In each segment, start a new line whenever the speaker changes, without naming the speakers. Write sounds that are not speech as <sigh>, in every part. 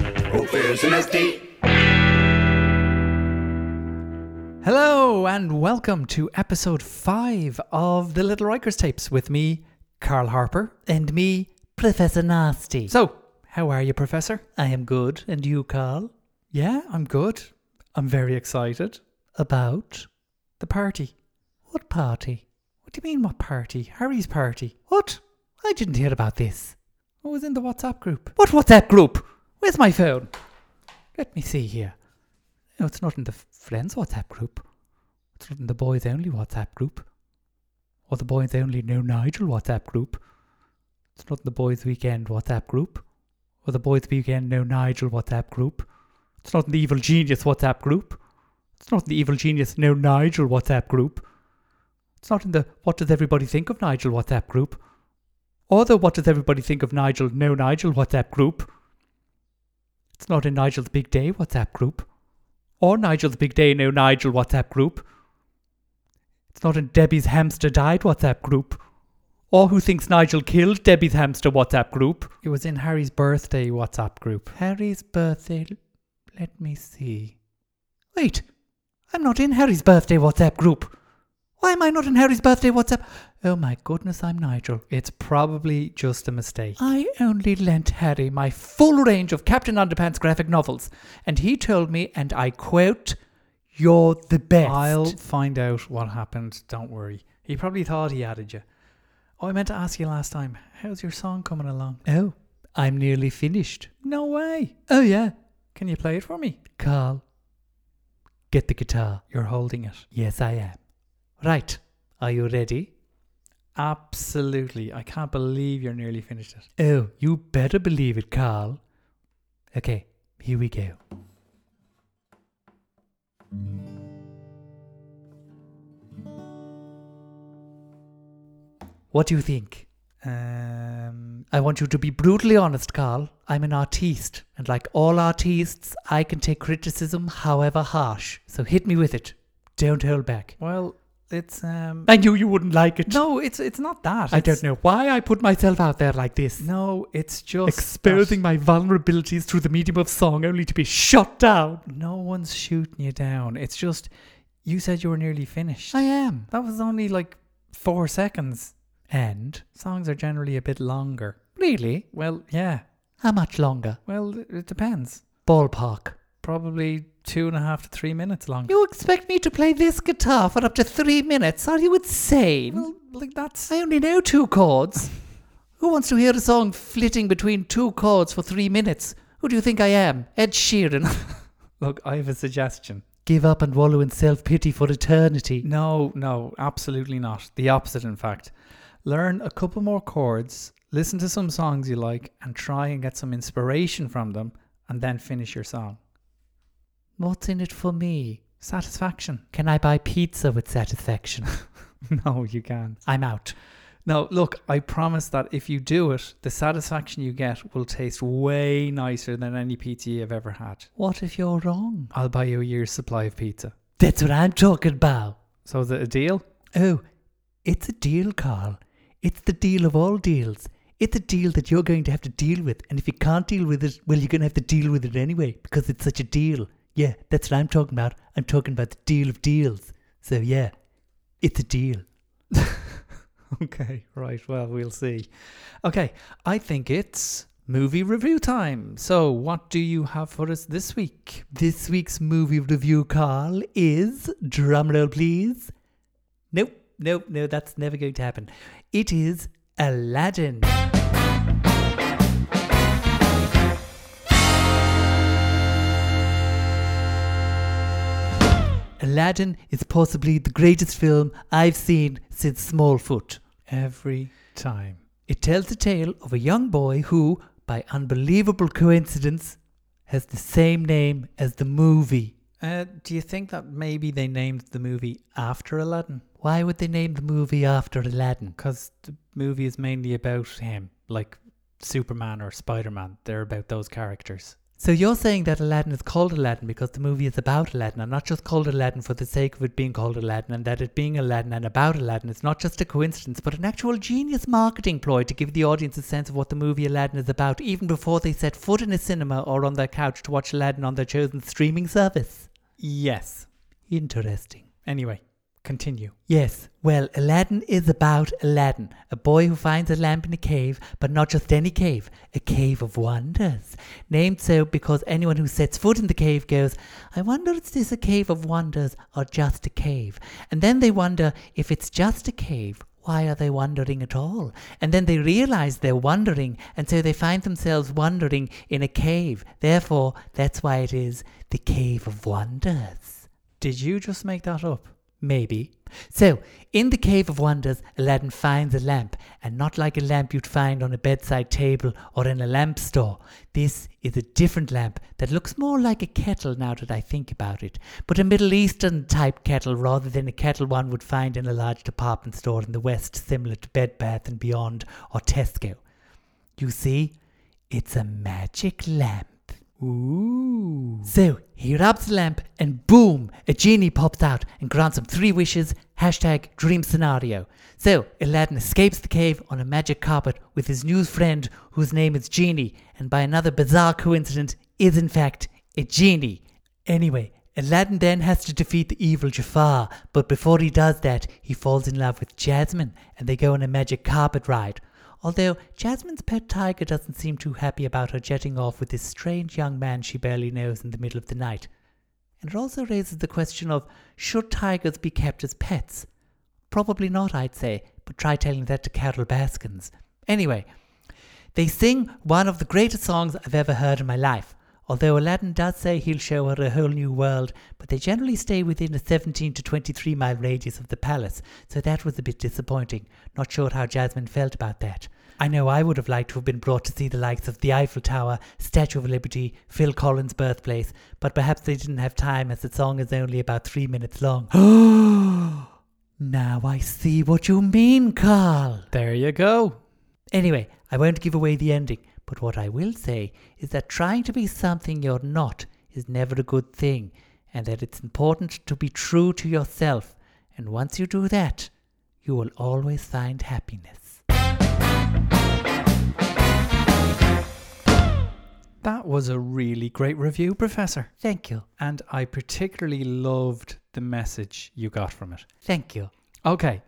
Where's an SD?
Hello and welcome to episode five of the Little Rikers tapes with me, Carl Harper, and me, Professor Nasty. So, how are you, Professor? I am good, and you, Carl? Yeah, I'm good. I'm very excited about the party. What party? What do you mean, what party? Harry's party. What? I didn't hear about this. I was in the WhatsApp group. What WhatsApp group? Where's my phone? Let me see here. No, it's not in the friends WhatsApp group. It's not in the boys only WhatsApp group. Or the boys only no Nigel WhatsApp group. It's not in the boys weekend WhatsApp group. Or the boys weekend no Nigel WhatsApp group. It's not in the evil genius WhatsApp group. It's not in the evil genius no Nigel WhatsApp group. It's not in the what does everybody think of Nigel WhatsApp group. Or the what does everybody think of Nigel no Nigel WhatsApp group. It's not in Nigel's big day WhatsApp group or Nigel's Big Day No Nigel WhatsApp group. It's not in Debbie's Hamster Died WhatsApp group. Or Who Thinks Nigel Killed Debbie's Hamster WhatsApp group. It was in Harry's birthday WhatsApp group. Harry's birthday. Let me see. Wait, I'm not in Harry's birthday WhatsApp group. Why am I not in Harry's birthday WhatsApp? Oh my goodness, I'm Nigel. It's probably just a mistake. I only lent Harry my full range of Captain Underpants graphic novels, and he told me, and I quote, You're the best. I'll find out what happened, don't worry. He probably thought he added you. Oh, I meant to ask you last time, how's your song coming along? Oh, I'm nearly finished. No way. Oh, yeah. Can you play it for me? Carl, get the guitar. You're holding it. Yes, I am. Right. Are you ready? Absolutely. I can't believe you're nearly finished it. Oh, you better believe it, Carl. Okay, here we go. What do you think? Um, I want you to be brutally honest, Carl. I'm an artiste, and like all artistes, I can take criticism, however harsh. So hit me with it. Don't hold back.
Well, it's um.
I knew you wouldn't like it.
No, it's it's not that.
I
It's-
don't know why I put myself out there like this,
No, it's just
exposing
that
my vulnerabilities through the medium of song only to be shot down.
No one's shooting you down. It's just you said you were nearly finished.
I am.
that was only like four seconds.
And
Songs are generally a bit longer.
really,
Well, yeah.
how much longer?
Well, it- it depends.
Ballpark.
Probably two and a half to three minutes longer.
You expect me to play this guitar for up to three minutes? Are you insane?
Well, like that's
I only know two chords. Who wants to hear a song flitting between two chords for three minutes? Who do you think I am? Ed Sheeran. <laughs>
look. I have a suggestion.
Give up and wallow in self pity for eternity.
No, no, absolutely not. The opposite, in fact. Learn a couple more chords, listen to some songs you like, and try and get some inspiration from them, and then finish your song.
What's in it for me?
Satisfaction.
Can I buy pizza with satisfaction?
<laughs> No, you can.
I'm out.
No, look, I promise that if you do it, the satisfaction you get will taste way nicer than any pizza you've ever had.
What if you're wrong?
I'll buy you a year's supply of pizza.
That's what I'm talking about.
So is it a deal?
Oh, it's a deal, Carl. It's the deal of all deals. It's a deal that you're going to have to deal with, and if you can't deal with it, well, you're going to have to deal with it anyway because it's such a deal. Yeah, that's what I'm talking about. I'm talking about the deal of deals. So, yeah, it's a deal.
<laughs> Okay, right. Well, we'll see. Okay, I think it's movie review time. So, what do you have for us this week?
This week's movie review, Carl, is drumroll, please. Nope, nope, no, that's never going to happen. It is Aladdin. Aladdin is possibly the greatest film I've seen since Smallfoot.
Every time.
It tells the tale of a young boy who, by unbelievable coincidence, has the same name as the movie.
Uh, do you think that maybe they named the movie after Aladdin?
Why would they name the movie after Aladdin?
Because the movie is mainly about him, like Superman or Spider Man. They're about those characters.
So you're saying that Aladdin is called Aladdin because the movie is about Aladdin and not just called Aladdin for the sake of it being called Aladdin and that it being Aladdin and about Aladdin is not just a coincidence but an actual genius marketing ploy to give the audience a sense of what the movie Aladdin is about even before they set foot in a cinema or on their couch to watch Aladdin on their chosen streaming service.
Yes.
Interesting.
Anyway, continue.
Yes, well, Aladdin is about Aladdin, a boy who finds a lamp in a cave, but not just any cave, a cave of wonders. Named so because anyone who sets foot in the cave goes, I wonder is this a cave of wonders or just a cave? And then they wonder if it's just a cave, why are they wandering at all? And then they realize they're wandering, and so they find themselves wandering in a cave. Therefore, that's why it is the Cave of Wonders.
Did you just make that up?
Maybe. So, in the Cave of Wonders, Aladdin finds a lamp, and not like a lamp you'd find on a bedside table or in a lamp store. This is a different lamp that looks more like a kettle now that I think about it, but a Middle Eastern type kettle rather than a kettle one would find in a large department store in the West, similar to Bed Bath and Beyond or Tesco. You see, it's a magic lamp.
Ooh.
So he rubs the lamp and boom, a genie pops out and grants him three wishes, hashtag dream scenario. So Aladdin escapes the cave on a magic carpet with his new friend whose name is Genie and by another bizarre coincidence is in fact a genie. Anyway, Aladdin then has to defeat the evil Jafar, but before he does that, he falls in love with Jasmine and they go on a magic carpet ride. Although Jasmine's pet tiger doesn't seem too happy about her jetting off with this strange young man she barely knows in the middle of the night. And it also raises the question of should tigers be kept as pets? Probably not, I'd say, but try telling that to Carol Baskins. Anyway, they sing one of the greatest songs I've ever heard in my life. Although Aladdin does say he'll show her a whole new world, but they generally stay within a 17 to 23 mile radius of the palace, so that was a bit disappointing. Not sure how Jasmine felt about that. I know I would have liked to have been brought to see the likes of the Eiffel Tower, Statue of Liberty, Phil Collins' birthplace, but perhaps they didn't have time as the song is only about three minutes long. <gasps> now I see what you mean, Carl.
There you go.
Anyway, I won't give away the ending, but what I will say is that trying to be something you're not is never a good thing, and that it's important to be true to yourself. And once you do that, you will always find happiness.
That was a really great review, Professor.
Thank you.
And I particularly loved the message you got from it.
Thank you.
Okay,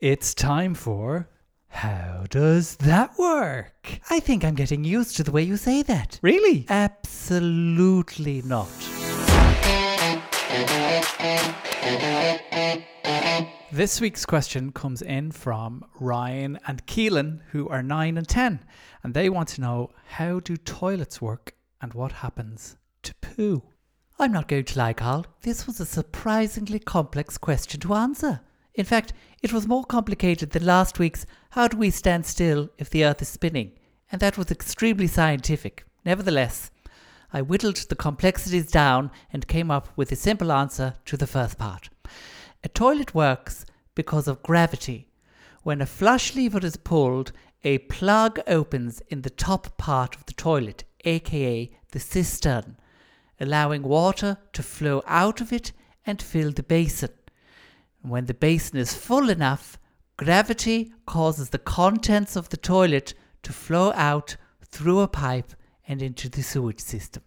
it's time for How Does That Work?
I think I'm getting used to the way you say that.
Really?
Absolutely not.
This week's question comes in from Ryan and Keelan, who are 9 and 10, and they want to know how do toilets work and what happens to poo?
I'm not going to lie, Carl. This was a surprisingly complex question to answer. In fact, it was more complicated than last week's How Do We Stand Still If the Earth is Spinning? And that was extremely scientific. Nevertheless, I whittled the complexities down and came up with a simple answer to the first part. A toilet works because of gravity. When a flush lever is pulled, a plug opens in the top part of the toilet, aka the cistern, allowing water to flow out of it and fill the basin. When the basin is full enough, gravity causes the contents of the toilet to flow out through a pipe and into the sewage system.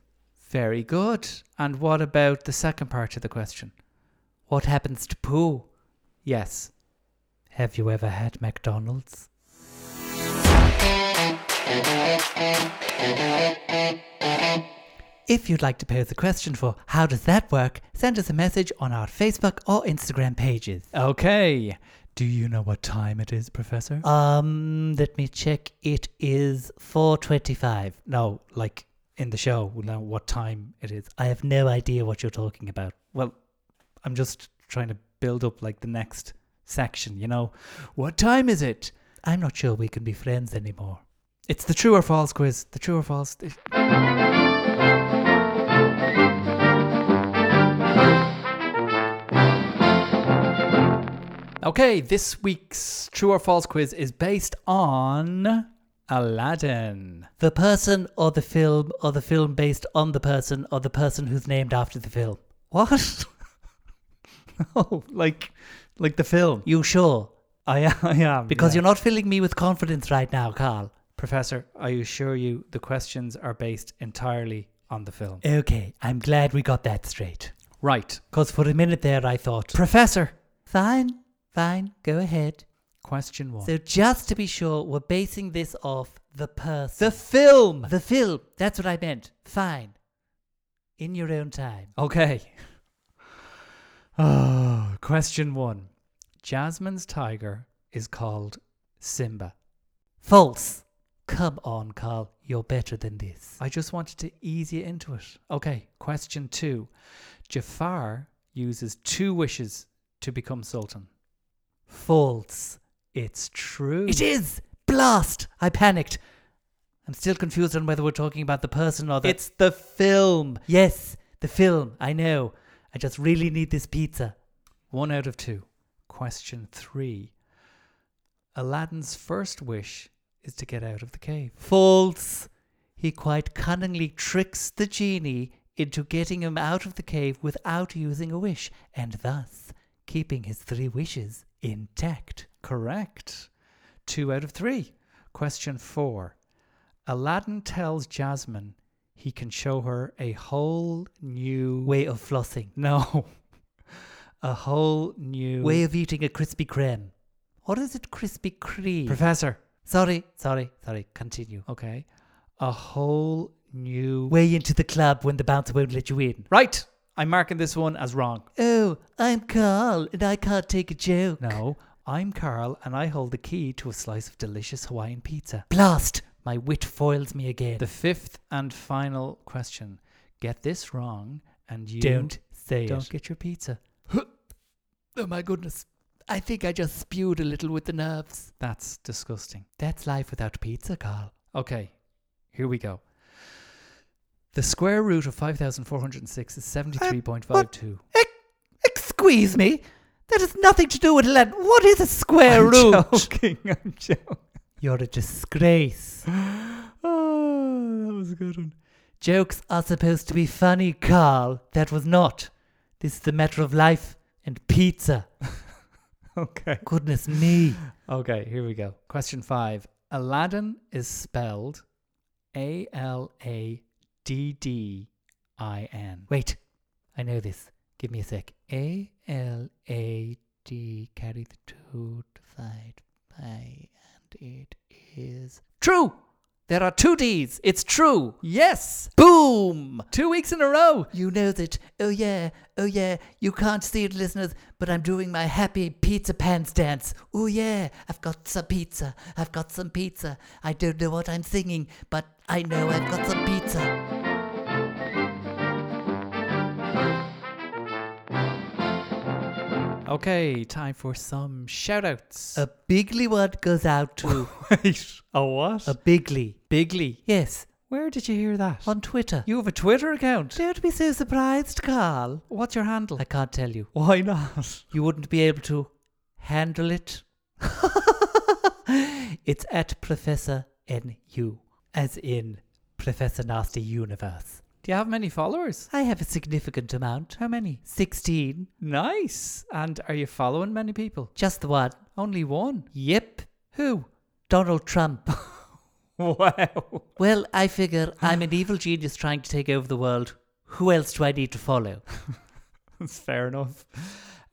Very good. And what about the second part of the question?
What happens to poo?
Yes.
Have you ever had McDonald's? If you'd like to pose a question for How Does That Work, send us a message on our Facebook or Instagram pages.
Okay. Do you know what time it is, Professor?
Um, let me check. It is 4.25.
no, like in the show, we'll know what time it is.
I have no idea what you're talking about.
Well, I'm just trying to build up like the next section, you know? What time is it?
I'm not sure we can be friends anymore.
It's the true or false quiz. The true or false. Okay, this week's true or false quiz is based on Aladdin. <laughs>
The person or the film or the film based on the person or the person who's named after the film. What? <laughs>
Oh, like, like the film.
you sure?
I, I am.
Because
yeah.
you're not filling me with confidence right now, Carl.
Professor, I assure you the questions are based entirely on the film.
Okay, I'm glad we got that straight.
Right.
Because for a minute there I thought, Professor! Fine, fine, go ahead.
Question one.
So just to be sure, we're basing this off the person.
the film!
The film. That's what I meant. Fine. In your own time.
Okay. Oh, question one. Jasmine's tiger is called Simba.
False. Come on, Carl. You're better than this.
I just wanted to ease you into it. Okay, question two. Jafar uses two wishes to become Sultan.
False.
It's true.
It is! Blast! I panicked. I'm still confused on whether we're talking about the person or the.
It's the film.
yes, the film. I know. I just really need this pizza.
One out of two. Question three. Aladdin's first wish is to get out of the cave.
False. He quite cunningly tricks the genie into getting him out of the cave without using a wish, and thus keeping his three wishes intact.
Correct. Two out of three. Question four. Aladdin tells Jasmine he can show her a whole new
Way of flossing.
No. <laughs> A whole new
Way of eating a Krispy Kreme. Or is it Krispy Kreme?
Professor.
sorry, sorry, sorry. Continue.
Okay. A whole new
Way into the club when the bouncer won't let you in.
Right. I'm marking this one as wrong.
Oh, I'm Carl and I can't take a joke.
No, I'm Carl and I hold the key to a slice of delicious Hawaiian pizza.
Blast! My wit foils me again.
The fifth and final question. Get this wrong and you
don't say
don't
it.
get your pizza.
Oh my goodness. I think I just spewed a little with the nerves.
That's disgusting.
That's life without pizza, Carl.
Okay, here we go. The square root of 5,406 is
<laughs>
73.52.
Excuse me? That has nothing to do with land. What is a square
I'm
root?
joking, I'm joking.
<laughs> You're a disgrace.
<gasps> Oh, that was a good one.
Jokes are supposed to be funny, Carl. That was not. This is a matter of life and pizza.
Okay.
Goodness me.
Okay, here we go. Question five. Aladdin is spelled A L A D D I N.
Wait, I know this. Give me a sec. A L A D carry the two divide by, and it is true. There are two D's. It's true.
Yes!
Boom.
Two weeks in a row!
You know that. Oh yeah. Oh yeah. You can't see it, listeners, but I'm doing my happy pizza pants dance. Oh yeah. I've got some pizza. I've got some pizza. I don't know what I'm singing, but I know I've got some pizza.
Okay, time for some shout outs.
A bigly word goes out to
<laughs> Wait, a what?
a bigly.
bigly.
Yes,
Where did you hear that?
on Twitter.
You have a Twitter account?
Don't be so surprised, Carl.
What's your handle?
I can't tell you.
Why not?
You wouldn't be able to handle it. <laughs> it's at Professor NU, as in Professor Nasty Universe.
Do you have many followers?
I have a significant amount.
How many?
16.
Nice. And are you following many people?
Just the one.
Only one.
Yep.
Who?
Donald Trump.
<laughs>
<laughs>
Wow.
well, I figure I'm an evil genius trying to take over the world. Who else do I need to follow?
That's fair enough.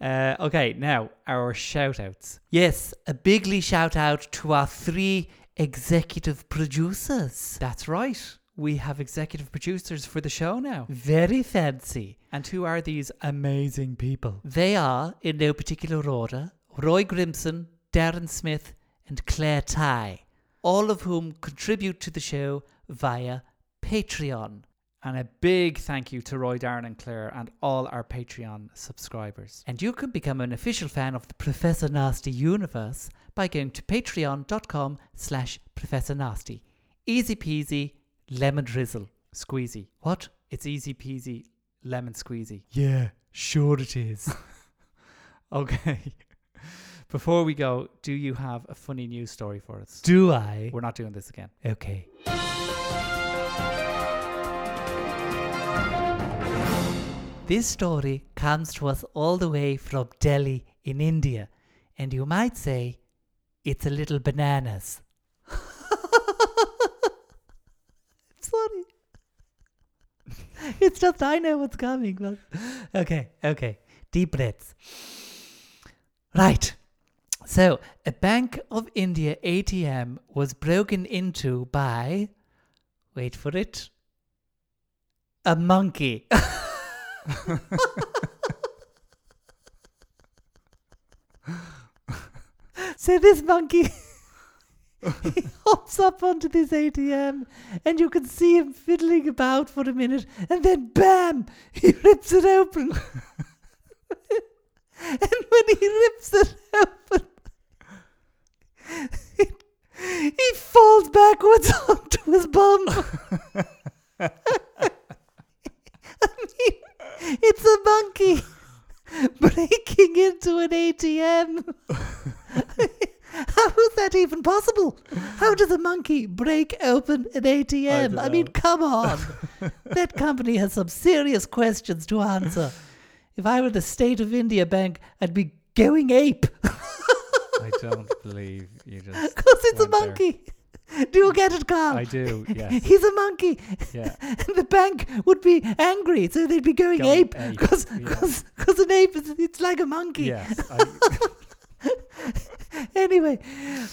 Uh, okay, now our shout outs.
Yes, a bigly shout out to our three executive producers.
That's right. We have executive producers for the show now.
Very fancy.
And who are these amazing people?
They are, in no particular order, Roy Grimson, Darren Smith, and Claire Ty, all of whom contribute to the show via Patreon.
And a big thank you to Roy, Darren, and Claire and all our Patreon subscribers.
And you can become an official fan of the Professor Nasty universe by going to patreon.com slash Professor Nasty. Easy peasy, lemon drizzle.
Squeezy.
What?
It's easy peasy, lemon squeezy.
<laughs> Yeah, sure it is.
Okay. Before we go, do you have a funny news story for us?
Do I?
We're not doing this again.
Okay. This story comes to us all the way from Delhi in India, and you might say it's a little bananas. <laughs> Sorry. it's just I know what's coming. But... Okay, okay. Deep breaths. Right. So, a Bank of India ATM E was broken into by, wait for it, a monkey. <laughs> <laughs> so, this monkey. <laughs> he hops up onto this ATM and you can see him fiddling about for a minute <laughs> and then bam <laughs> he rips it open and when he rips it open he, he falls backwards <laughs> onto his
<laughs>
bum <laughs> I mean it's a monkey <laughs> breaking into an ATM <laughs> how is that even possible? How does a monkey break open an ATM?
don't
I, mean,
know.
come
<laughs>
on. that company has some serious questions to answer. If I were the State of India Bank, I'd be going ape
I
<laughs>
don't believe you just.
because it's a
went there.
monkey. <laughs> Do you get it, Carl? <laughs>
I do, yes.
He's a monkey.
Yeah.
And <laughs> the bank would be angry, so they'd be going,
Going
ape
ape,
because
yeah.
an ape is it's like a monkey.
Yes. I,
anyway,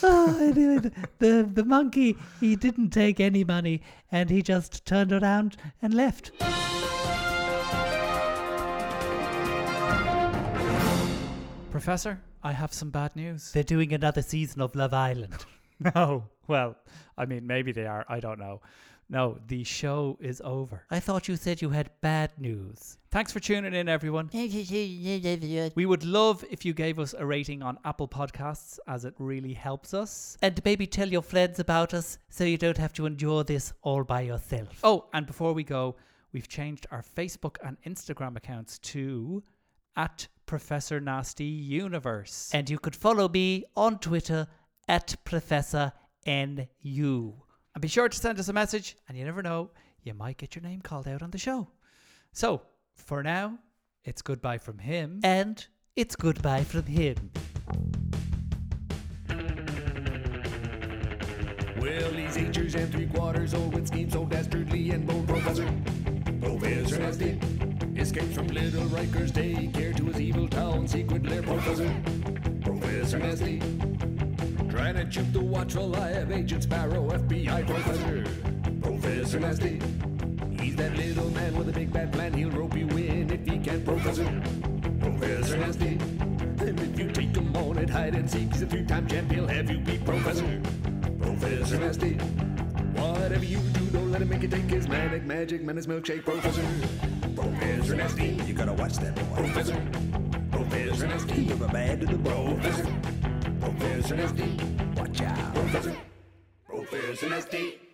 oh, anyway, the, the the monkey he didn't take any money and he just turned around and left.
Professor, I have some bad news.
They're doing another season of Love Island.
<laughs> No. Well, I mean, maybe they are. I don't know. No, the show is over.
I thought you said you had bad news.
Thanks for tuning in, everyone. We would love if you gave us a rating on Apple Podcasts, as it really helps us.
And maybe tell your friends about us so you don't have to endure this all by yourself.
Oh, and before we go, we've changed our Facebook and Instagram accounts to at Professor Nasty Universe.
And you could follow me on Twitter at Professor NU.
And be sure to send us a message, and you never know, you might get your name called out on the show. So, for now, it's goodbye from him.
And it's goodbye from him.
Well, he's eight years and three quarters old with schemes so dastardly and bold. Professor, Professor Nasty escapes from Little Riker's daycare to his evil town secret lair. Professor, Professor Nasty trying to juke the watchful eye of Agent Sparrow, FBI. Professor, Professor Nasty. He's that little man with a big bad plan. He'll rope you in if he can. Professor, Professor Nasty. And if you take him on at hide and seek, he's a three-time champ. He'll have you beat, Professor. Professor Nasty. Whatever you do, don't let him make you take his manic magic menace milkshake, Professor. Professor Nasty. You gotta watch that boy. Professor. Professor Nasty. You're a bad little bro. Professor. Professor Nasty. Watch out. Professor. Professor Nasty.